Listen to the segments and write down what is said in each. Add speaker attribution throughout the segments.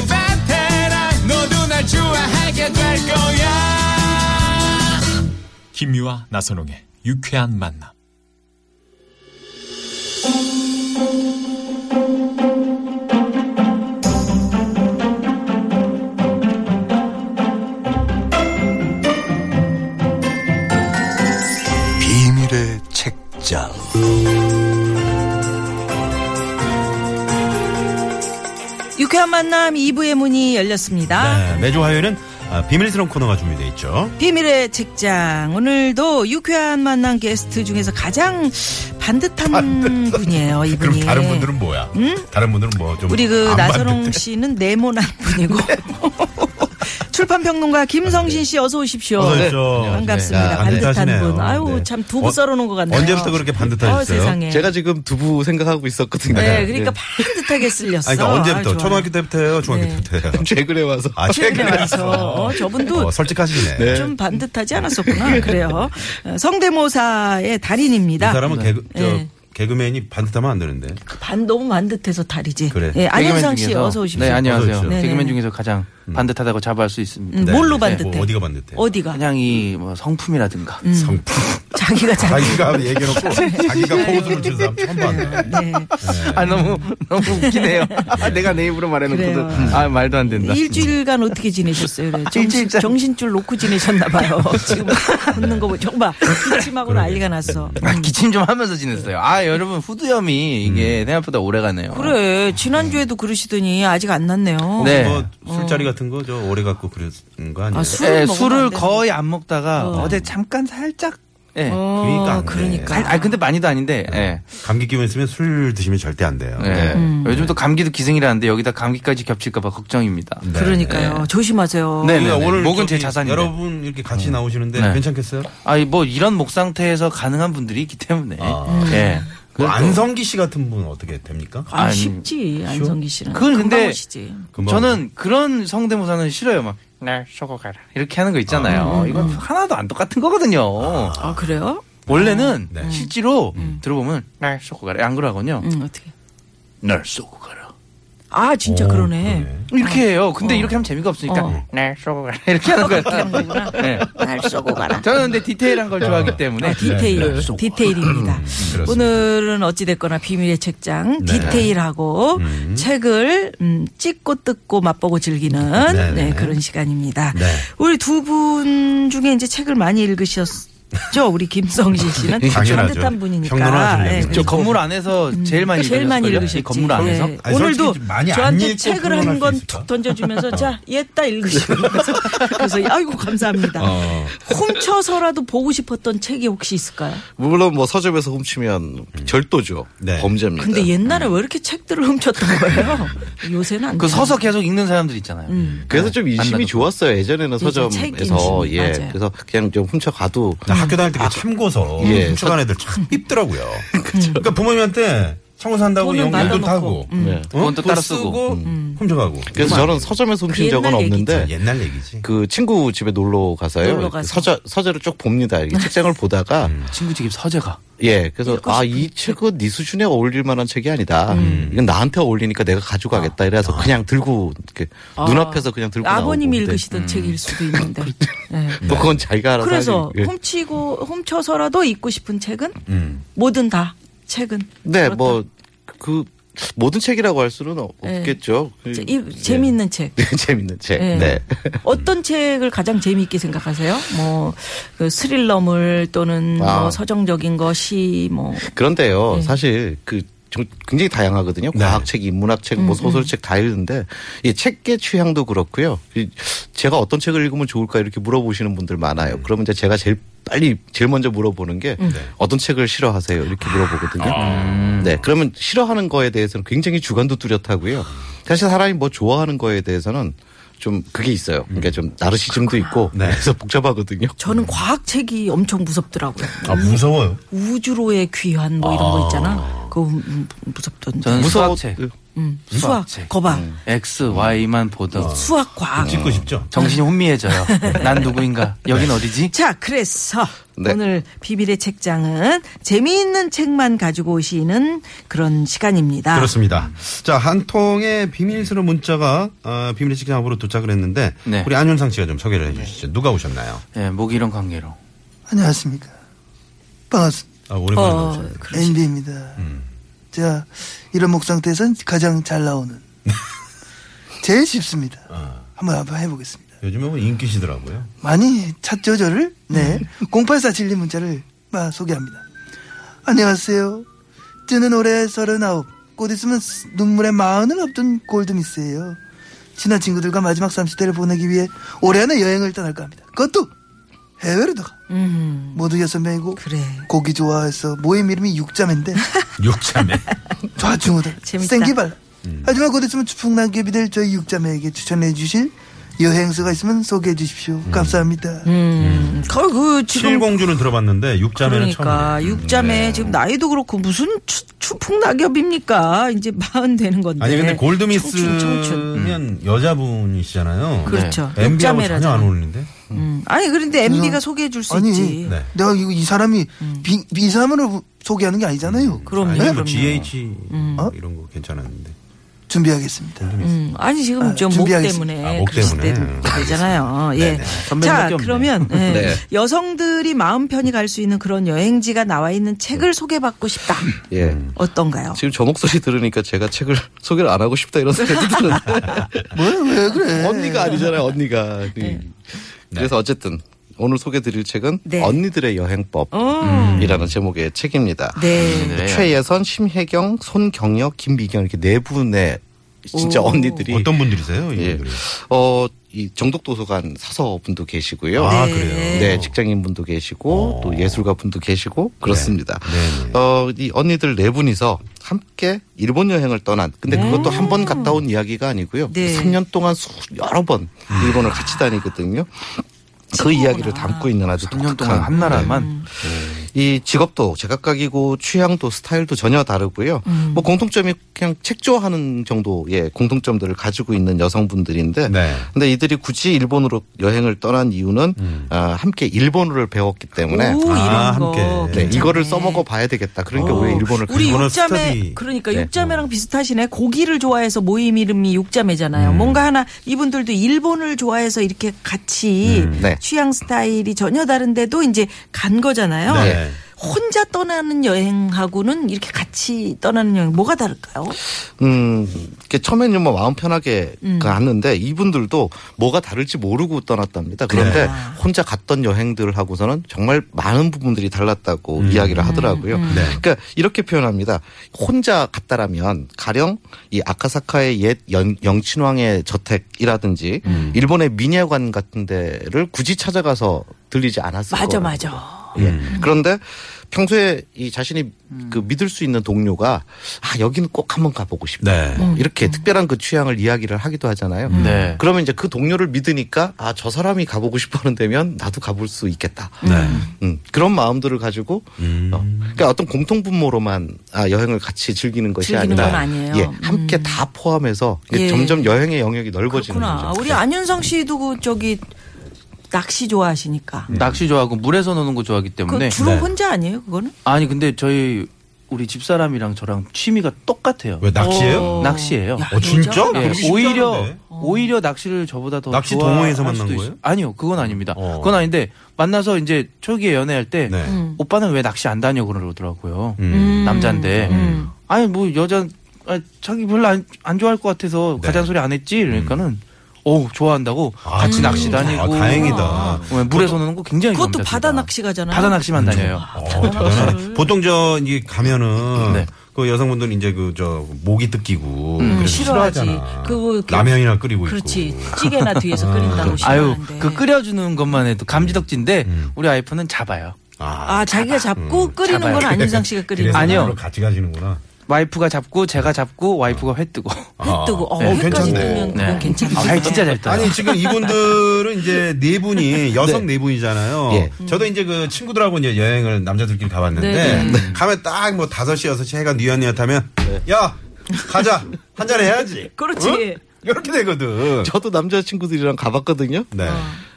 Speaker 1: 베테랑 너도 날 좋아하게 될 거야
Speaker 2: 김미화 나선홍의 유쾌한 만남.
Speaker 3: 비밀의 책장.
Speaker 4: 유쾌한 만남 2부의 문이 열렸습니다.
Speaker 5: 네, 매주 화요일은 아, 비밀스러운 코너가 준비되어 있죠.
Speaker 4: 비밀의 책장. 오늘도 유쾌한 만남 게스트 중에서 가장 반듯한 분이에요, 음, 이분이. 음?
Speaker 5: 뭐야? 다른 분들은 뭐좀
Speaker 4: 우리 그 나선홍 씨는 네모난 분이고. 출판평론가 김성신 씨 어서 오십시오.
Speaker 5: 아, 네. 어서 오십시오.
Speaker 4: 네, 반갑습니다.
Speaker 5: 네,
Speaker 4: 반듯한
Speaker 5: 반듯하시네요.
Speaker 4: 분. 아유,
Speaker 5: 네.
Speaker 4: 참 두부
Speaker 5: 어,
Speaker 4: 썰어놓은 것 같네요.
Speaker 5: 언제부터 그렇게
Speaker 4: 어,
Speaker 5: 반듯하셨어요?
Speaker 4: 세상에.
Speaker 6: 제가 지금 두부 생각하고 있었거든요.
Speaker 4: 네, 그러니까 반듯하게 쓸렸어.
Speaker 5: 아니, 그러니까 언제부터?
Speaker 4: 아유, 좋아요.
Speaker 5: 초등학교 때부터예요, 중학교
Speaker 4: 네.
Speaker 5: 때부터예요.
Speaker 6: 최근에 와서
Speaker 5: 아,
Speaker 4: 최근에 와서 어, 저분도
Speaker 5: 어, 솔직하시네.
Speaker 4: 좀 반듯하지 않았었구나. 그래요. 어, 성대모사의
Speaker 5: 이
Speaker 4: 달인입니다.
Speaker 5: 사람은 개그, 저,
Speaker 4: 네. 그
Speaker 5: 개그맨이 반듯하면 안 되는데.
Speaker 4: 반 너무 반듯해서 다리지.
Speaker 5: 그래.
Speaker 4: 예, 안현상
Speaker 7: 개그맨
Speaker 4: 씨
Speaker 7: 중에서-
Speaker 4: 어서 오십시오.
Speaker 7: 네,
Speaker 5: 어서
Speaker 7: 안녕하세요.
Speaker 5: 오십시오.
Speaker 4: 네네네.
Speaker 7: 개그맨 중에서 가장 반듯하다고 자부할 수
Speaker 4: 음,
Speaker 7: 있습니다.
Speaker 4: 뭘로
Speaker 7: 네.
Speaker 4: 반듯해?
Speaker 5: 뭐 어디가 반듯해?
Speaker 4: 어디가?
Speaker 7: 그냥 이뭐 성품이라든가
Speaker 4: 음.
Speaker 5: 성품.
Speaker 4: 자기가 자기.
Speaker 5: 자기가 얘기해놓고 자기가 코웃음을 치는 사람 처음 봤네.
Speaker 4: 네.
Speaker 7: 아 너무 너무 웃기네요. 아, 내가 내 입으로
Speaker 4: 그래요.
Speaker 7: 말해놓고도 아 말도 안 된다.
Speaker 4: 일주일간 어떻게 지내셨어요? 그래. 정신,
Speaker 7: 아, 일주일간.
Speaker 4: 정신줄 놓고 지내셨나봐요. 지금 웃는 거 보면 정말 기침하고 난리가 났어.
Speaker 7: 아, 기침 좀 하면서 지냈어요. 아 여러분 후두염이 이게 생각보다 오래가네요.
Speaker 4: 음. 그래 지난주에도 그러시더니 아직 안 났네요. 어.
Speaker 7: 네.
Speaker 5: 뭐 술자리 같은 거 저 오래 갖고 그런 거 아니에요?
Speaker 4: 아, 술을,
Speaker 7: 예,
Speaker 4: 먹으면 안
Speaker 7: 술을
Speaker 4: 되는데.
Speaker 7: 거의 안 먹다가
Speaker 4: 어.
Speaker 7: 어. 제 잠깐 살짝. 예.
Speaker 4: 어,
Speaker 5: 그러니까 안 돼.
Speaker 4: 그러니까.
Speaker 7: 아, 아 근데 많이도 아닌데. 예.
Speaker 5: 감기 기운 있으면 술 드시면 절대 안 돼요.
Speaker 7: 예.
Speaker 4: 음.
Speaker 7: 요즘 또 감기도 기생이라는데 여기다 감기까지 겹칠까봐 걱정입니다.
Speaker 4: 그러니까요. 조심하세요.
Speaker 7: 네.
Speaker 5: 그러니까
Speaker 7: 네네네. 목은 제
Speaker 5: 저기
Speaker 7: 자산인데.
Speaker 5: 여러분 이렇게 같이 나오시는데
Speaker 7: 네.
Speaker 5: 괜찮겠어요?
Speaker 7: 아니 뭐 이런 목 상태에서 가능한 분들이 있기 때문에 예.
Speaker 5: 뭐 안성기 씨 같은 분은 어떻게 됩니까?
Speaker 4: 아,
Speaker 7: 아니.
Speaker 4: 쉽지 안성기 씨는.
Speaker 7: 그건
Speaker 4: 금방
Speaker 7: 근데-
Speaker 4: 오시지.
Speaker 5: 금방
Speaker 7: 저는 그런 성대모사는 싫어요. 막, 날 네, 쇼고 가라. 이렇게 하는 거 있잖아요. 이건 하나도 안 똑같은 거거든요.
Speaker 4: 아 그래요?
Speaker 7: 원래는
Speaker 5: 네.
Speaker 7: 실제로 들어보면, 날 네, 쇼고 가라. 음. 안 그러거든요.
Speaker 4: 응 어떻게?
Speaker 7: 날 쏘고 가라.
Speaker 4: 아 진짜
Speaker 5: 오,
Speaker 4: 그러네.
Speaker 5: 그러네.
Speaker 7: 이렇게 해요. 근데 이렇게 하면 재미가 없으니까,
Speaker 4: 어.
Speaker 7: 날 쏘고 네, 가라. 이렇게 하는 거예요. 네.
Speaker 4: 날 쏘고 가라.
Speaker 7: 저는 근데 디테일한 걸 좋아하기 때문에.
Speaker 4: 네, 디테일,
Speaker 7: 네. 날 쏘고
Speaker 4: 디테일입니다. 오늘은 어찌됐거나 비밀의 책장, 디테일하고 책을 음, 찍고 뜯고 맛보고 즐기는
Speaker 5: 네,
Speaker 4: 네,
Speaker 5: 네.
Speaker 4: 그런 시간입니다.
Speaker 5: 네.
Speaker 4: 우리 두 분 중에 이제 책을 많이 읽으셨죠? 우리 김성진 씨는
Speaker 5: 당연하죠.
Speaker 4: 반듯한 분이니까.
Speaker 5: 평론을 하시려면.
Speaker 4: 예,
Speaker 5: 저
Speaker 7: 저 건물 안에서 제일 많이
Speaker 4: 음. 그러니까 제일 많이
Speaker 7: 읽으셨어요?
Speaker 4: 읽으셨지.
Speaker 7: 이 건물 안에서.
Speaker 4: 예.
Speaker 5: 아니,
Speaker 4: 오늘도
Speaker 5: 솔직히 많이 안
Speaker 4: 저한테
Speaker 5: 읽고
Speaker 4: 책을
Speaker 5: 평론할
Speaker 4: 한
Speaker 5: 수
Speaker 4: 건
Speaker 5: 있을까?
Speaker 4: 툭 던져주면서 자, 얘따 읽으시면서 그래서 아이고 감사합니다. 훔쳐서라도 보고 싶었던 책이 혹시 있을까요?
Speaker 6: 물론 뭐 서점에서 훔치면 절도죠.
Speaker 5: 네.
Speaker 6: 범죄입니다.
Speaker 4: 근데 예. 옛날에 왜 이렇게 책들을 훔쳤던 거예요? 요새는 안
Speaker 7: 그
Speaker 4: 돼요.
Speaker 7: 서서 계속 읽는 사람들 있잖아요.
Speaker 4: 음.
Speaker 7: 음.
Speaker 6: 그래서 좀 인심이
Speaker 7: 만나서.
Speaker 6: 좋았어요. 예전에는
Speaker 4: 네. 책
Speaker 6: 서점에서
Speaker 4: 인심이.
Speaker 6: 예.
Speaker 4: 맞아요.
Speaker 6: 그래서 그냥 좀 훔쳐 가도
Speaker 5: 나 학교 다닐 때 그 참고서
Speaker 6: 예.
Speaker 5: 훔쳐간 애들 참 밉더라고요. 그러니까 부모님한테 참고서 한다고
Speaker 4: 돈을
Speaker 5: 연금도
Speaker 4: 받아놓고.
Speaker 5: 타고
Speaker 4: 음.
Speaker 7: 그건 또
Speaker 5: 돈
Speaker 7: 따로
Speaker 5: 쓰고 훔쳐가고.
Speaker 6: 그래서 저는 서점에서 훔친
Speaker 4: 그
Speaker 6: 적은
Speaker 4: 옛날
Speaker 6: 없는데
Speaker 5: 옛날 얘기지.
Speaker 6: 그 친구 집에 놀러 가서요.
Speaker 4: 놀러 가서.
Speaker 6: 서재 서재를 쭉 봅니다. 이렇게 책장을 보다가
Speaker 5: 음.
Speaker 7: 친구 집 서재가.
Speaker 6: 예, 그래서 아 이 책은 네 수준에 어울릴 만한 책이 아니다.
Speaker 4: 음.
Speaker 6: 이건 나한테 어울리니까 내가 가져가겠다. 이래서
Speaker 5: 아.
Speaker 6: 그냥 들고 이렇게
Speaker 4: 아.
Speaker 6: 눈앞에서 그냥 들고
Speaker 4: 아버님이
Speaker 6: 나오고
Speaker 4: 읽으시던 책일 수도 있는데. 예.
Speaker 6: 또 네. 뭐 그건 자기가 알아서
Speaker 4: 그래서
Speaker 6: 하긴. 예.
Speaker 4: 훔치고 훔쳐서라도 읽고 싶은 책은 뭐든 다 책은.
Speaker 6: 네, 뭐 그 모든 책이라고 할 수는 없-
Speaker 4: 예.
Speaker 6: 없겠죠.
Speaker 4: 제-
Speaker 6: 예.
Speaker 4: 이- 재미있는 책.
Speaker 6: 네, 재밌는 책.
Speaker 4: 예.
Speaker 6: 네.
Speaker 4: 어떤 책을 가장 재미있게 생각하세요? 뭐, 그 스릴러물 또는
Speaker 6: 아.
Speaker 4: 뭐 서정적인 거, 시, 뭐.
Speaker 6: 그런데요, 사실 그 좀 굉장히 다양하거든요. 과학책, 인문학책, 뭐 소설책 다 읽는데 이 책의 취향도 그렇고요. 이 제가 어떤 책을 읽으면 좋을까 이렇게 물어보시는 분들 많아요. 그러면 이제 제가 제일 빨리 제일 먼저 물어보는 게 어떤 책을 싫어하세요 이렇게 물어보거든요. 네, 그러면 싫어하는 거에 대해서는 굉장히 주관도 뚜렷하고요. 사실 사람이 뭐 좋아하는 거에 대해서는 좀 그게 있어요. 그러니까 좀 나르시즘도 있고 그래서 복잡하거든요.
Speaker 4: 저는 과학책이 엄청 무섭더라고요.
Speaker 5: 아 무서워요.
Speaker 4: 우주로의 귀환 뭐 이런 거 있잖아. 그거 음, 무섭던데.
Speaker 7: 저는
Speaker 6: 무서워.
Speaker 7: 수학책,
Speaker 4: 음, 수학,
Speaker 7: 수학책. 음.
Speaker 4: 거봐.
Speaker 7: X, Y만
Speaker 5: 아.
Speaker 7: 보던
Speaker 4: 수학, 과학.
Speaker 5: 찍고 싶죠.
Speaker 7: 정신이 혼미해져요.
Speaker 5: 네.
Speaker 7: 난 누구인가? 여긴 어디지?
Speaker 4: 자, 그래서
Speaker 6: 네.
Speaker 4: 오늘 비밀의 책장은 재미있는 책만 가지고 오시는 그런 시간입니다.
Speaker 5: 그렇습니다. 자, 한 통의 비밀스러운 문자가 어, 비밀의 식장 앞으로 도착을 했는데
Speaker 7: 네.
Speaker 5: 우리 안윤상 씨가 좀 소개를 해 주시죠. 누가 오셨나요?
Speaker 7: 예, 목 이런 관계로.
Speaker 8: 안녕하십니까. 반갑습니다.
Speaker 5: 아, 오랜만에
Speaker 4: 어,
Speaker 5: 나오셨네요.
Speaker 8: MB입니다. 제가 이런 목 상태에선 가장 잘 나오는. 제일 쉽습니다.
Speaker 5: 어.
Speaker 8: 한번 한번 해보겠습니다.
Speaker 5: 아, 요즘에 뭐 인기시더라고요.
Speaker 8: 많이 찾죠, 저를? 네. 0847님 문자를 마, 소개합니다. 안녕하세요. 뜨는 올해 39. 곧 있으면 스- 눈물의 마흔을 앞둔 골드미스예요. 친한 친구들과 마지막 30대를 보내기 위해 올해 안에 여행을 떠날까 합니다. 그것도 해외로 나가.
Speaker 4: 음,
Speaker 8: 모두 여섯 명이고
Speaker 4: 그래.
Speaker 8: 고기 좋아해서 모임 이름이 육자매인데
Speaker 5: 육참에.
Speaker 8: 좌충우돌
Speaker 4: 재밌다.
Speaker 8: 생기발 하지만 곧 있으면 추풍난 개비 될 저희 육자매에게 추천해 주실 여행사가 있으면 소개해 주십시오 감사합니다
Speaker 4: 음, 거의 그 지금
Speaker 5: 칠공주는 들어봤는데 육자매는
Speaker 4: 그러니까
Speaker 5: 처음이에요. 네.
Speaker 4: 육자매 지금 나이도 그렇고 무슨 추, 추풍 낙엽입니까? 이제 마흔 되는 건데.
Speaker 5: 아니 근데
Speaker 4: 네. 청춘, 청춘.
Speaker 5: 골드미스면 여자분이시잖아요. 네.
Speaker 4: 그렇죠.
Speaker 5: MB하고 전혀
Speaker 4: 육자매라잖아.
Speaker 5: 안 어울리는데.
Speaker 4: 음. 아니 그런데 MB가 소개해 줄 수
Speaker 8: 아니
Speaker 4: 있지. 음.
Speaker 5: 네.
Speaker 8: 내가 이거 이 사람이 비, 이 사람을 소개하는 게 아니잖아요
Speaker 4: 그럼요.
Speaker 5: 아니 뭐
Speaker 4: 그럼요.
Speaker 5: GH
Speaker 8: 어?
Speaker 5: 이런 거 괜찮았는데.
Speaker 8: 준비하겠습니다
Speaker 4: 음, 아니 지금
Speaker 8: 아,
Speaker 4: 저 목
Speaker 8: 준비하겠습니다.
Speaker 4: 때문에
Speaker 5: 아, 목
Speaker 4: 그럴
Speaker 5: 때문에.
Speaker 4: 때도 되잖아요. 예.
Speaker 5: 네네.
Speaker 7: 선배밖에
Speaker 4: 자
Speaker 7: 없네.
Speaker 4: 그러면 예.
Speaker 6: 네.
Speaker 4: 여성들이 마음 편히 갈 수 있는 그런 여행지가 나와 있는 책을 소개받고 싶다.
Speaker 6: 예.
Speaker 4: 음. 어떤가요?
Speaker 6: 지금 저 목소리 들으니까 제가 책을 소개를 안 하고 싶다 이런 생각이 드는데
Speaker 8: 왜 그래
Speaker 6: 언니가 아니잖아요 언니가 그- 그래서 어쨌든 오늘 소개드릴 책은
Speaker 4: 네.
Speaker 6: 언니들의
Speaker 5: 음.
Speaker 6: 여행법이라는 제목의 책입니다.
Speaker 4: 어. 네.
Speaker 7: 네.
Speaker 6: 최예선, 심혜경, 손경혁, 김미경 이렇게 네 분의 진짜
Speaker 4: 오.
Speaker 6: 언니들이
Speaker 5: 어떤 분들이세요? 이
Speaker 6: 예.
Speaker 5: 분들이?
Speaker 6: 어, 이 정독도서관 사서분도 계시고요.
Speaker 5: 아
Speaker 4: 네.
Speaker 5: 그래요.
Speaker 6: 네, 직장인 분도 계시고
Speaker 5: 어.
Speaker 6: 또 예술가 분도 계시고 그렇습니다.
Speaker 5: 네, 네.
Speaker 6: 어, 이 언니들 네 분이서 함께 일본 여행을 떠난 근데 그것도 한 번 갔다 온 이야기가 아니고요.
Speaker 4: 네.
Speaker 6: 3년 동안 수, 여러 번 일본을 같이 다니거든요. 그 이야기를 담고 있는 아주
Speaker 7: 3년 동안
Speaker 6: 독특한
Speaker 7: 한 나라만
Speaker 5: 네.
Speaker 6: 이 직업도 제각각이고 취향도 스타일도 전혀 다르고요.
Speaker 4: 음.
Speaker 6: 뭐 공통점이 그냥 책 좋아하는 정도의 공통점들을 가지고 있는 여성분들인데
Speaker 5: 네.
Speaker 6: 근데 이들이 굳이 일본으로 여행을 떠난 이유는 아, 함께 일본어를 배웠기 때문에
Speaker 4: 오 이런
Speaker 5: 아,
Speaker 4: 거.
Speaker 5: 함께. 네,
Speaker 6: 네,
Speaker 4: 괜찮네.
Speaker 6: 이거를 써먹어 봐야 되겠다. 그러니까
Speaker 4: 어,
Speaker 6: 왜 일본을
Speaker 4: 우리
Speaker 5: 일본어
Speaker 4: 육자매
Speaker 5: 스터디.
Speaker 4: 그러니까
Speaker 6: 네.
Speaker 4: 육자매랑 비슷하시네. 고기를 좋아해서 모임 이름이 육자매잖아요. 뭔가 하나 이분들도 일본을 좋아해서 이렇게 같이
Speaker 6: 네.
Speaker 4: 취향 스타일이 전혀 다른데도 이제 간 거잖아요.
Speaker 5: 네.
Speaker 4: 혼자 떠나는 여행하고는 이렇게 같이 떠나는 여행 뭐가 다를까요?
Speaker 6: 음, 이렇게 처음에는 뭐 마음 편하게 갔는데 이분들도 뭐가 다를지 모르고 떠났답니다. 그런데
Speaker 4: 네.
Speaker 6: 혼자 갔던 여행들하고서는 정말 많은 부분들이 달랐다고 이야기를 하더라고요.
Speaker 4: 음.
Speaker 5: 네.
Speaker 6: 그러니까 이렇게 표현합니다. 혼자 갔다라면 가령 이 아카사카의 옛 연- 영친왕의 저택이라든지 일본의 미녀관 같은 데를 굳이 찾아가서 들리지 않았을
Speaker 4: 맞아
Speaker 6: 거예요.
Speaker 4: 맞아.
Speaker 6: 예. 그런데 평소에 이 자신이
Speaker 4: 음.
Speaker 6: 그 믿을 수 있는 동료가 아 여기는 꼭 한번 가보고 싶다.
Speaker 5: 네.
Speaker 4: 음.
Speaker 6: 뭐 이렇게 특별한 그 취향을 이야기를 하기도 하잖아요.
Speaker 7: 네.
Speaker 6: 그러면 이제 그 동료를 믿으니까 아 저 사람이 가보고 싶어하는 데면 나도 가볼 수 있겠다.
Speaker 4: 네.
Speaker 6: 음, 그런 마음들을 가지고 어, 그러니까 어떤 공통 분모로만 아, 여행을 같이 즐기는 것이
Speaker 4: 즐기는
Speaker 6: 아니라
Speaker 4: 건 아니에요. 음.
Speaker 6: 예, 함께 다 포함해서 이게
Speaker 4: 예.
Speaker 6: 점점 여행의 영역이 넓어지는
Speaker 4: 그렇구나.
Speaker 6: 거죠. 네.
Speaker 4: 우리 아- 안윤상 씨도 그 저기 낚시 좋아하시니까.
Speaker 7: 낚시 좋아하고 물에서 노는 거 좋아하기
Speaker 4: 그
Speaker 7: 때문에
Speaker 4: 주로
Speaker 5: 네.
Speaker 4: 혼자 아니에요 그거는?
Speaker 7: 아니 근데 저희 우리 집사람이랑 저랑 취미가 똑같아요.
Speaker 5: 왜 낚시예요?
Speaker 4: 어.
Speaker 7: 낚시예요.
Speaker 4: 야,
Speaker 5: 어, 진짜?
Speaker 4: 여자?
Speaker 7: 예,
Speaker 5: 되게 쉽지
Speaker 7: 오히려
Speaker 5: 않은데.
Speaker 7: 오히려 낚시를 저보다 더
Speaker 5: 낚시
Speaker 7: 좋아할
Speaker 5: 동호회에서 만난
Speaker 7: 수도 있-
Speaker 5: 거예요?
Speaker 7: 아니요, 그건 아닙니다.
Speaker 5: 어.
Speaker 7: 그건 아닌데 만나서 이제 초기에 연애할 때
Speaker 5: 네.
Speaker 4: 음.
Speaker 7: 오빠는 왜 낚시 안 다녀 그러더라고요.
Speaker 5: 음.
Speaker 7: 남자인데
Speaker 4: 음.
Speaker 7: 아니 뭐 여자 아, 자기 별로 안, 안 좋아할 것 같아서
Speaker 5: 네.
Speaker 7: 가잔 소리 안 했지 이러니까는 어 좋아한다고
Speaker 5: 아,
Speaker 7: 같이
Speaker 5: 진짜?
Speaker 7: 낚시 다니고
Speaker 5: 아, 다행이다.
Speaker 7: 어, 물에서 노는 거 굉장히
Speaker 4: 그것도
Speaker 7: 좋아합니다,
Speaker 4: 바다
Speaker 7: 제가.
Speaker 4: 낚시 가잖아요.
Speaker 7: 바다 낚시만 다녀요.
Speaker 5: 어,
Speaker 4: 음.
Speaker 5: 대단하네. 보통 저 이제 가면은
Speaker 7: 네.
Speaker 5: 그 여성분들은 이제 그 저 모기 뜯기고 그래서
Speaker 4: 음, 싫어하지.
Speaker 5: 싫어하잖아.
Speaker 4: 그거 그-
Speaker 5: 라면이나 끓이고
Speaker 4: 그렇지.
Speaker 5: 있고.
Speaker 4: 찌개나 뒤에서 끓인다고
Speaker 7: 아유
Speaker 4: 싫어하는데.
Speaker 7: 그 끓여주는 것만 해도 감지덕진데
Speaker 5: 음.
Speaker 7: 우리 아이폰은 잡아요.
Speaker 5: 아,
Speaker 4: 아, 자기가 잡고 끓이는
Speaker 7: 음, 잡아요.
Speaker 4: 건 안윤상 씨가 끓이는
Speaker 5: 그래서
Speaker 4: 거.
Speaker 7: 아니요.
Speaker 5: 그걸로 같이 가시는구나.
Speaker 7: 와이프가 잡고 제가 잡고 와이프가 회 뜨고.
Speaker 4: 회 뜨고 어,
Speaker 5: 네.
Speaker 4: 회까지
Speaker 5: 괜찮네.
Speaker 4: 뜨면 그건 괜찮다.
Speaker 7: 아, 회 진짜 잘 떠요.
Speaker 5: 아니 지금 이분들은 이제 네 분이 여성 네, 분이잖아요.
Speaker 6: 예.
Speaker 5: 저도 이제 그 친구들하고 이제 여행을 남자들끼리 가봤는데
Speaker 4: 네.
Speaker 5: 가면 딱 뭐 다섯 시 여섯 시 해가 뉘엿뉘엿하면 야 가자 한 잔 해야지.
Speaker 4: 그렇지.
Speaker 5: 이렇게 되거든.
Speaker 6: 저도 남자친구들이랑 가봤거든요.
Speaker 5: 네.
Speaker 4: 어.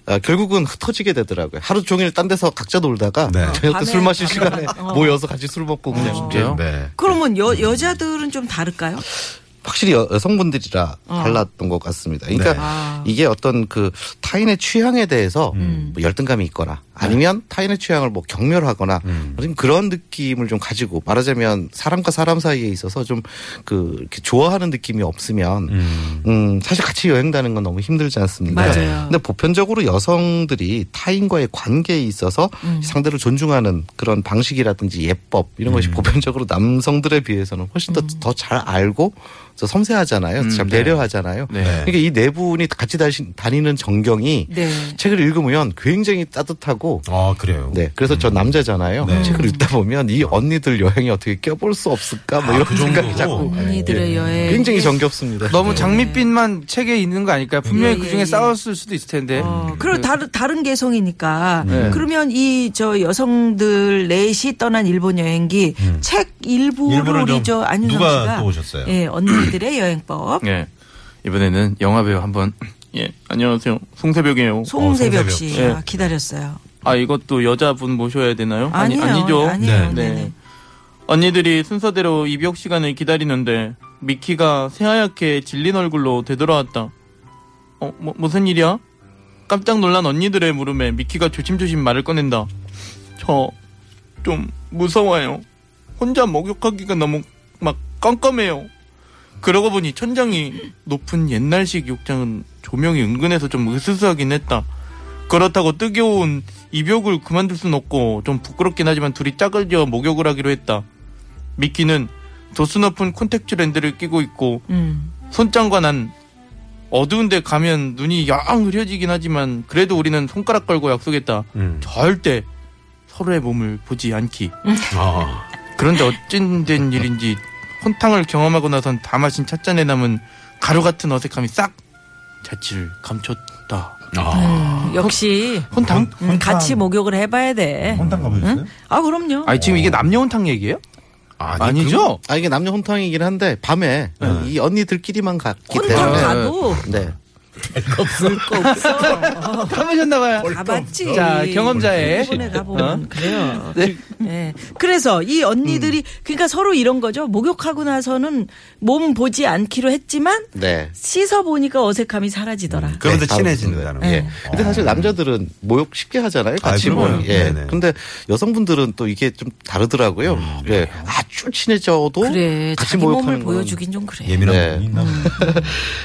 Speaker 6: 아, 결국은 흩어지게 되더라고요. 하루 종일 딴 데서 각자 놀다가
Speaker 5: 네.
Speaker 6: 저녁
Speaker 4: 밤에
Speaker 6: 때 술 마실
Speaker 4: 밤에
Speaker 6: 시간에
Speaker 4: 어.
Speaker 6: 모여서 같이 술 먹고 그냥
Speaker 7: 진짜요?
Speaker 5: 네.
Speaker 4: 그러면 여, 여자들은 좀 다를까요?
Speaker 6: 확실히 여, 성분들이라 달랐던 것 같습니다. 그러니까
Speaker 5: 네.
Speaker 6: 이게 어떤 그 타인의 취향에 대해서 뭐 열등감이 있거나 아니면 타인의 취향을 뭐 경멸하거나 아니면 그런 느낌을 좀 가지고 말하자면 사람과 사람 사이에 있어서 좀 그 이렇게 좋아하는 느낌이 없으면 음. 사실 같이 여행 다는 건 너무 힘들지 않습니까?
Speaker 4: 맞아요.
Speaker 6: 근데 보편적으로 여성들이 타인과의 관계에 있어서
Speaker 4: 음.
Speaker 6: 상대를 존중하는 그런 방식이라든지 예법 이런
Speaker 4: 음.
Speaker 6: 것이 보편적으로 남성들에 비해서는 훨씬 더 더 잘 알고 더
Speaker 5: 음,
Speaker 6: 섬세하잖아요. 잘 배려하잖아요.
Speaker 7: 네.
Speaker 6: 그러니까 이 네 분이 같이 다시- 다니는 전경이
Speaker 4: 네.
Speaker 6: 책을 읽으면 굉장히 따뜻하고
Speaker 5: 아 그래요.
Speaker 6: 네, 그래서
Speaker 4: 음.
Speaker 6: 저 남자잖아요.
Speaker 5: 네.
Speaker 6: 책을 읽다 보면 이 언니들 여행이 어떻게 껴볼 수 없을까 뭐
Speaker 5: 아,
Speaker 6: 이런
Speaker 5: 그
Speaker 6: 생각이
Speaker 5: 정도로?
Speaker 6: 자꾸
Speaker 7: 네.
Speaker 4: 언니들의 여행.
Speaker 6: 굉장히
Speaker 5: 네.
Speaker 6: 정겹습니다. 네.
Speaker 7: 너무 장밋빛만 책에 있는 거 아닐까요? 분명히
Speaker 4: 예,
Speaker 7: 그
Speaker 4: 예,
Speaker 7: 중에
Speaker 4: 예.
Speaker 7: 싸웠을 수도 있을 텐데.
Speaker 4: 어, 그리고 다른, 다른 개성이니까.
Speaker 7: 네.
Speaker 4: 그러면 이 저 여성들 넷이 떠난 일본 여행기
Speaker 7: 음.
Speaker 4: 책 일부를
Speaker 5: 일부를 좀
Speaker 4: 우리 저 안윤성
Speaker 5: 누가
Speaker 4: 씨가
Speaker 5: 또 오셨어요?
Speaker 4: 예, 언니들의 여행법.
Speaker 7: 예. 이번에는 영화 배우 한번. 예. 안녕하세요. 송새벽이에요.
Speaker 5: 어,
Speaker 4: 송세벽 씨
Speaker 7: 예.
Speaker 4: 아, 기다렸어요.
Speaker 7: 아 이것도 여자분 모셔야 되나요?
Speaker 4: 아니에요.
Speaker 7: 아니, 죠
Speaker 4: 아니에요.
Speaker 7: 네.
Speaker 4: 네네.
Speaker 7: 언니들이 순서대로 입역 시간을 기다리는데 미키가 새하얗게 질린 얼굴로 되돌아왔다. 어, 뭐, 무슨 일이야? 깜짝 놀란 언니들의 물음에 미키가 조심조심 말을 꺼낸다. 저 좀 무서워요. 혼자 목욕하기가 너무 막 깜깜해요. 그러고 보니 천장이 높은 옛날식 욕장은 조명이 은근해서 좀 으스스하긴 했다. 그렇다고 뜨거운 입욕을 그만둘 순 없고 좀 부끄럽긴 하지만 둘이 짝을 지어 목욕을 하기로 했다. 미끼는 도수 높은 콘택트 렌즈를 끼고 있고
Speaker 4: 음.
Speaker 7: 손장과 난 어두운데 가면 눈이 양 흐려지긴 하지만 그래도 우리는 손가락 걸고 약속했다.
Speaker 5: 음.
Speaker 7: 절대 서로의 몸을 보지 않기.
Speaker 5: 아.
Speaker 7: 그런데 어찌 된 일인지 혼탕을 경험하고 나선 다 마신 찻잔에 남은 가루 같은 어색함이 싹 자취를 감췄다. 아,
Speaker 4: 역시
Speaker 7: 혼탕?
Speaker 5: 뭐?
Speaker 4: 음, 같이 목욕을 해봐야 돼.
Speaker 5: 혼탕 가보셨어요?
Speaker 4: 아 그럼요.
Speaker 7: 아니 지금 이게 남녀 혼탕 얘기예요?
Speaker 5: 어. 아니,
Speaker 7: 아니죠?
Speaker 6: 아 이게 남녀 혼탕이긴 한데 밤에
Speaker 5: 네.
Speaker 6: 이 언니들끼리만 갔기
Speaker 4: 혼탕
Speaker 6: 때문에
Speaker 4: 가도
Speaker 6: 네. 어,
Speaker 7: 가보셨나봐요.
Speaker 4: 가봤지.
Speaker 7: 자, 경험자의.
Speaker 4: 일본에
Speaker 6: 어?
Speaker 4: 가보면 그래요. 네. 그래서 이 언니들이
Speaker 6: 음.
Speaker 4: 그러니까 서로 이런 거죠. 목욕하고 나서는 몸 보지 않기로 했지만
Speaker 6: 네.
Speaker 4: 씻어 보니까 어색함이 사라지더라.
Speaker 5: 그러면서
Speaker 6: 네,
Speaker 5: 친해진다는 거.
Speaker 6: 예. 근데 사실 남자들은 모욕 쉽게 하잖아요. 같이
Speaker 5: 아, 그럼요.
Speaker 6: 뭐. 예.
Speaker 5: 네네. 음,
Speaker 6: 근데 여성분들은 또 이게 좀 다르더라고요.
Speaker 5: 네.
Speaker 6: 예. 아주 친해져도
Speaker 4: 그래.
Speaker 6: 같이
Speaker 4: 자기 몸을
Speaker 6: 모욕하는 건
Speaker 4: 보여주긴 좀 그래.
Speaker 5: 예민한
Speaker 6: 네.
Speaker 5: 분이 있나
Speaker 4: 음.
Speaker 5: 보네.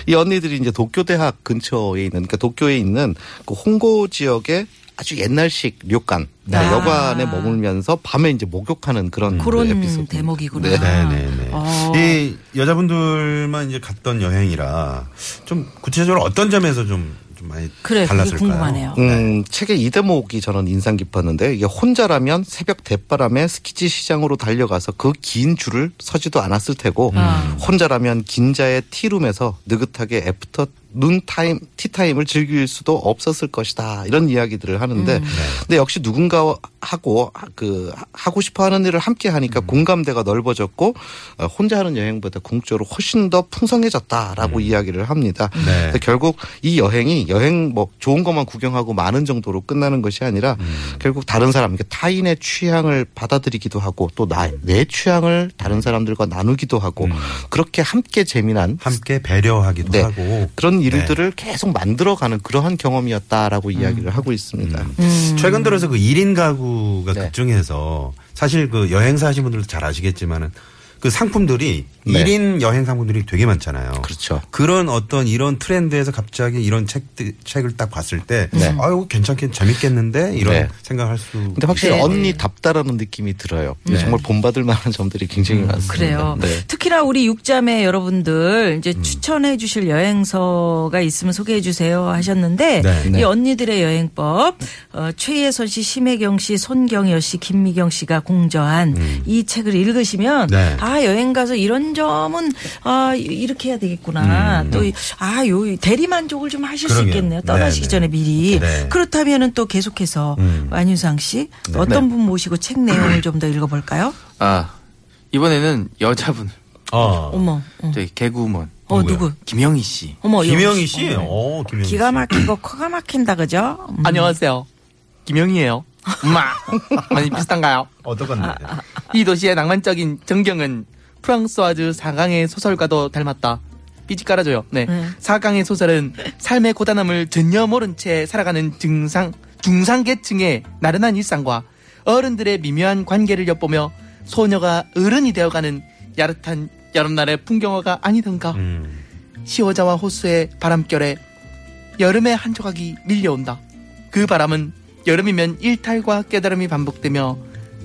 Speaker 6: 이 언니들이 이제 도쿄 대학 근처에 있는 그러니까 도쿄에 있는 그 홍고 지역의 아주 옛날식 료칸
Speaker 4: 아.
Speaker 6: 여관에 머물면서 밤에 이제 목욕하는 그런
Speaker 4: 그런
Speaker 6: 에피소드.
Speaker 4: 대목이구나.
Speaker 6: 네.
Speaker 5: 네네네.
Speaker 4: 어.
Speaker 5: 이 여자분들만 이제 갔던 여행이라 좀 구체적으로 어떤 점에서 좀, 좀 많이
Speaker 4: 그래, 그게
Speaker 5: 달랐을까요?
Speaker 4: 궁금하네요.
Speaker 6: 음, 책의 이 대목이 저는 인상 깊었는데 이게 혼자라면 새벽 대바람에 스키지 시장으로 달려가서 그 긴 줄을 서지도 않았을 테고
Speaker 4: 음.
Speaker 6: 혼자라면 긴자의 티룸에서 느긋하게 애프터 눈 타임 티 타임을 즐길 수도 없었을 것이다 이런 이야기들을
Speaker 4: 음.
Speaker 6: 하는데 근데 역시 누군가 하고 하- 그 하- 하고 싶어하는 일을 함께 하니까 공감대가 넓어졌고 어, 혼자 하는 여행보다 공적으로 훨씬 더 풍성해졌다라고 이야기를 합니다.
Speaker 5: 네.
Speaker 6: 그래서 결국 이 여행이 여행 뭐 좋은 것만 구경하고 많은 정도로 끝나는 것이 아니라 결국 다른 사람 이게 타인의 취향을 받아들이기도 하고 또 나 내 취향을 다른 사람들과 나누기도 하고 그렇게 함께 재미난
Speaker 5: 함께 배려하기도
Speaker 6: 네.
Speaker 5: 하고
Speaker 6: 그런 일들을 계속 만들어가는 그러한 경험이었다라고 이야기를 하고 있습니다.
Speaker 5: 음.
Speaker 4: 음.
Speaker 5: 최근 들어서 그 1인 가구가
Speaker 6: 네.
Speaker 5: 급증해서 사실 그 여행사 하신 분들도 잘 아시겠지만은 그 상품들이
Speaker 6: 네.
Speaker 5: 1인 여행 상품들이 되게 많잖아요.
Speaker 6: 그렇죠.
Speaker 5: 그런 어떤 이런 트렌드에서 갑자기 이런 책, 책을 딱 봤을 때,
Speaker 4: 네.
Speaker 5: 아유, 괜찮겠, 재밌겠는데? 이런
Speaker 6: 네.
Speaker 5: 생각할 수.
Speaker 6: 근데 확실히
Speaker 4: 네.
Speaker 6: 언니답다라는 느낌이 들어요. 정말 본받을 만한 점들이 굉장히
Speaker 4: 음,
Speaker 6: 많습니다.
Speaker 4: 그래요.
Speaker 5: 음,
Speaker 6: 네.
Speaker 4: 특히나 우리 육자매 여러분들 이제 추천해 주실 여행서가 있으면 소개해 주세요 하셨는데
Speaker 5: 네.
Speaker 4: 이 언니들의 여행법 어, 최예선 씨, 심혜경 씨, 손경여 씨, 김미경 씨가 공저한 이 책을 읽으시면
Speaker 5: 음. 네.
Speaker 4: 아 아 여행 가서 이런 점은 아 이- 이렇게 해야 되겠구나. 또 아 요 대리 만족을 좀 하실
Speaker 5: 음, 그러게요.
Speaker 4: 수 있겠네요. 떠나시기
Speaker 5: 네네.
Speaker 4: 전에 미리.
Speaker 5: 네.
Speaker 4: 그렇다면은 또 계속해서
Speaker 5: 음. 네.
Speaker 4: 안윤상 씨 어떤 분 모시고 책 내용을 좀 더 읽어볼까요?
Speaker 7: 아 이번에는 여자분
Speaker 5: 어.
Speaker 4: 어머, 어,
Speaker 7: 저희 개그우먼
Speaker 4: 어,
Speaker 5: 누구야?
Speaker 4: 누구?
Speaker 7: 김영희 씨.
Speaker 4: 어머
Speaker 5: 김영희
Speaker 4: 여기-
Speaker 5: 씨.
Speaker 4: 어머.
Speaker 5: 어, 김영희.
Speaker 4: 기가 막히고 코가 막힌다 그죠? 음.
Speaker 7: 아, 안녕하세요. 김영희예요. 엄마 많이 비슷한가요?
Speaker 5: 어떤 건데?
Speaker 7: 이 도시의 낭만적인 전경은 프랑스와즈 4강의 소설과도 닮았다. 삐지 깔아줘요. 네.
Speaker 4: 네.
Speaker 7: 4강의 소설은 삶의 고단함을 전혀 모른 채 살아가는 증상, 중상계층의 나른한 일상과 어른들의 미묘한 관계를 엿보며 소녀가 어른이 되어가는 야릇한 여름날의 풍경화가 아니던가.
Speaker 5: 음.
Speaker 7: 시호자와 호수의 바람결에 여름의 한 조각이 밀려온다. 그 바람은 여름이면 일탈과 깨달음이 반복되며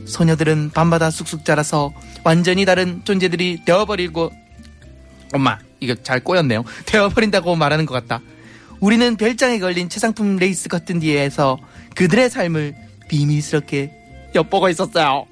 Speaker 7: 소녀들은 밤마다 쑥쑥 자라서 완전히 다른 존재들이 되어버리고 엄마 이거 잘 꼬였네요. 되어버린다고 말하는 것 같다. 우리는 별장에 걸린 최상품 레이스 같은 뒤에서 그들의 삶을 비밀스럽게 엿보고 있었어요.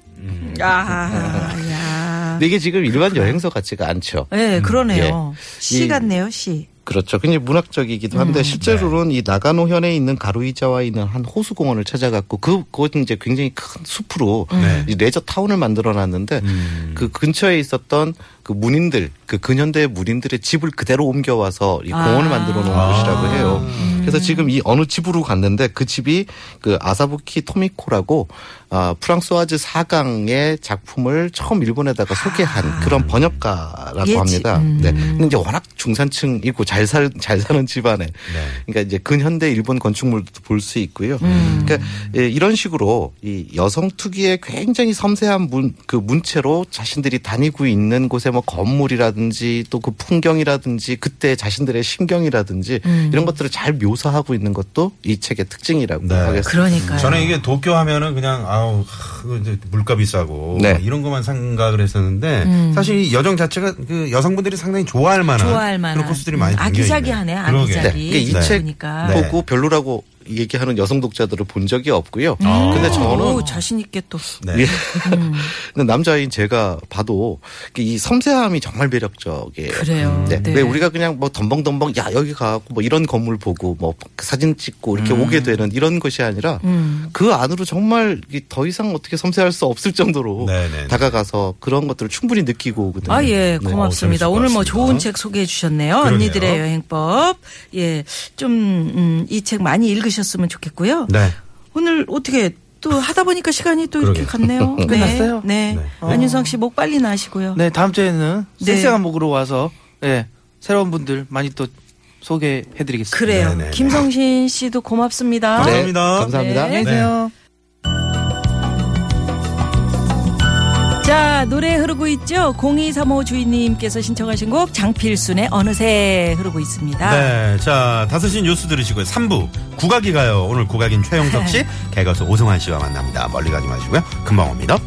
Speaker 4: 아, 야.
Speaker 6: 근데 이게 지금 일반 여행서 같지가 않죠.
Speaker 4: 예,
Speaker 5: 음,
Speaker 4: 그러네요. 시
Speaker 6: 이-
Speaker 4: 같네요, 시.
Speaker 6: 그렇죠. 굉장히 문학적이기도
Speaker 4: 음,
Speaker 6: 한데 실제로는
Speaker 4: 네.
Speaker 6: 이 나가노 현에 있는 가루이자와 있는 한 호수 공원을 찾아갔고 그 그곳 이제 굉장히 큰 숲으로
Speaker 4: 네.
Speaker 6: 이 레저 타운을 만들어 놨는데
Speaker 4: 음.
Speaker 6: 그 근처에 있었던 그 문인들 그 근현대 문인들의 집을 그대로 옮겨 와서 이
Speaker 4: 아. 음.
Speaker 6: 공원을 만들어 놓은 곳이라고 해요. 그래서 지금 이 어느 집으로 갔는데 그 집이 그 아사부키 토미코라고 아 프랑스와즈 4강의 작품을 처음 일본에다가 소개한 그런 번역가라고
Speaker 4: 아. 예, 지-
Speaker 6: 합니다.
Speaker 4: 음.
Speaker 6: 네. 근데 이제 워낙 중산층이고 잘 살 잘 사는 집안에
Speaker 4: 네.
Speaker 6: 그러니까 이제 근현대 일본 건축물도 볼 수 있고요.
Speaker 4: 음.
Speaker 6: 그러니까 예, 이런 식으로 이 여성 특유의 굉장히 섬세한 문 그 문체로 자신들이 다니고 있는 곳의 뭐 건물이라든지 또 그 풍경이라든지 그때 자신들의 심경이라든지
Speaker 4: 음.
Speaker 6: 이런 것들을 잘 묘사하고 있는 것도 이 책의 특징이라고
Speaker 5: 네.
Speaker 6: 하겠습니다.
Speaker 4: 그러니까요.
Speaker 5: 저는 이게 도쿄 하면은 그냥 아우 하, 그거 이제 물가 비싸고
Speaker 6: 네.
Speaker 5: 막 이런 것만 생각을 했었는데 사실 이 여정 자체가 그 여성분들이 상당히 좋아할 만한
Speaker 4: 음. 좋아할 만한
Speaker 5: 그런 코스들이 많이
Speaker 4: 음,
Speaker 5: 담겨있네요.
Speaker 4: 아기자기하네,
Speaker 5: 그러게.
Speaker 4: 아기자기.
Speaker 6: 네. 이게
Speaker 4: 네.
Speaker 6: 이 책
Speaker 4: 보니까.
Speaker 5: 네.
Speaker 6: 보고 별로라고 얘기하는 여성 독자들을 본 적이 없고요.
Speaker 4: 아.
Speaker 6: 근데 저는
Speaker 4: 오, 자신 있게 또.
Speaker 5: 네.
Speaker 6: 예.
Speaker 4: 음.
Speaker 6: 근데 남자인 제가 봐도 이 섬세함이 정말 매력적이에요.
Speaker 4: 그래요.
Speaker 6: 네.
Speaker 4: 네.
Speaker 6: 왜 우리가 그냥 뭐 덤벙덤벙 야 여기 가고 뭐 이런 건물 보고 뭐 사진 찍고 이렇게
Speaker 5: 음.
Speaker 6: 오게 되는 이런 것이 아니라
Speaker 4: 음.
Speaker 6: 그 안으로 정말 이게 더 이상 어떻게 섬세할 수 없을 정도로
Speaker 5: 네, 네, 네.
Speaker 6: 다가가서 그런 것들을 충분히 느끼고 오거든요.
Speaker 4: 아, 예,
Speaker 6: 네.
Speaker 4: 고맙습니다.
Speaker 5: 어, 재밌을
Speaker 4: 오늘
Speaker 5: 것
Speaker 4: 뭐
Speaker 5: 같습니다.
Speaker 4: 좋은 책 소개해 주셨네요. 언니들의
Speaker 5: 그러네요.
Speaker 4: 여행법. 예, 좀, 음, 이 책 많이 읽으셨으면 좋겠고요.
Speaker 5: 네.
Speaker 4: 오늘 어떻게 또 하다 보니까 시간이 또 이렇게 갔네요. 네.
Speaker 7: 끝났어요?
Speaker 4: 네.
Speaker 5: 네.
Speaker 4: 안윤상 씨 목 빨리 나시고요.
Speaker 7: 네 다음 주에는
Speaker 4: 네.
Speaker 7: 쌩쌩한 목으로 와서 예, 새로운 분들 많이 또 소개해드리겠습니다.
Speaker 4: 그래요.
Speaker 5: 네, 네, 네.
Speaker 4: 김성신 씨도 고맙습니다.
Speaker 6: 네,
Speaker 5: 감사합니다.
Speaker 6: 감사합니다.
Speaker 4: 네.
Speaker 5: 계세요.
Speaker 4: 자, 노래 흐르고 있죠? 0235 주인님께서 신청하신 곡 장필순의 어느새 흐르고 있습니다.
Speaker 5: 네. 자, 5시 뉴스 들으시고요. 3부.
Speaker 4: 네.
Speaker 5: 국악이 가요. 오늘 국악인 최영석 씨, 개가수 오승환 씨와 만납니다. 멀리 가지 마시고요. 금방 옵니다.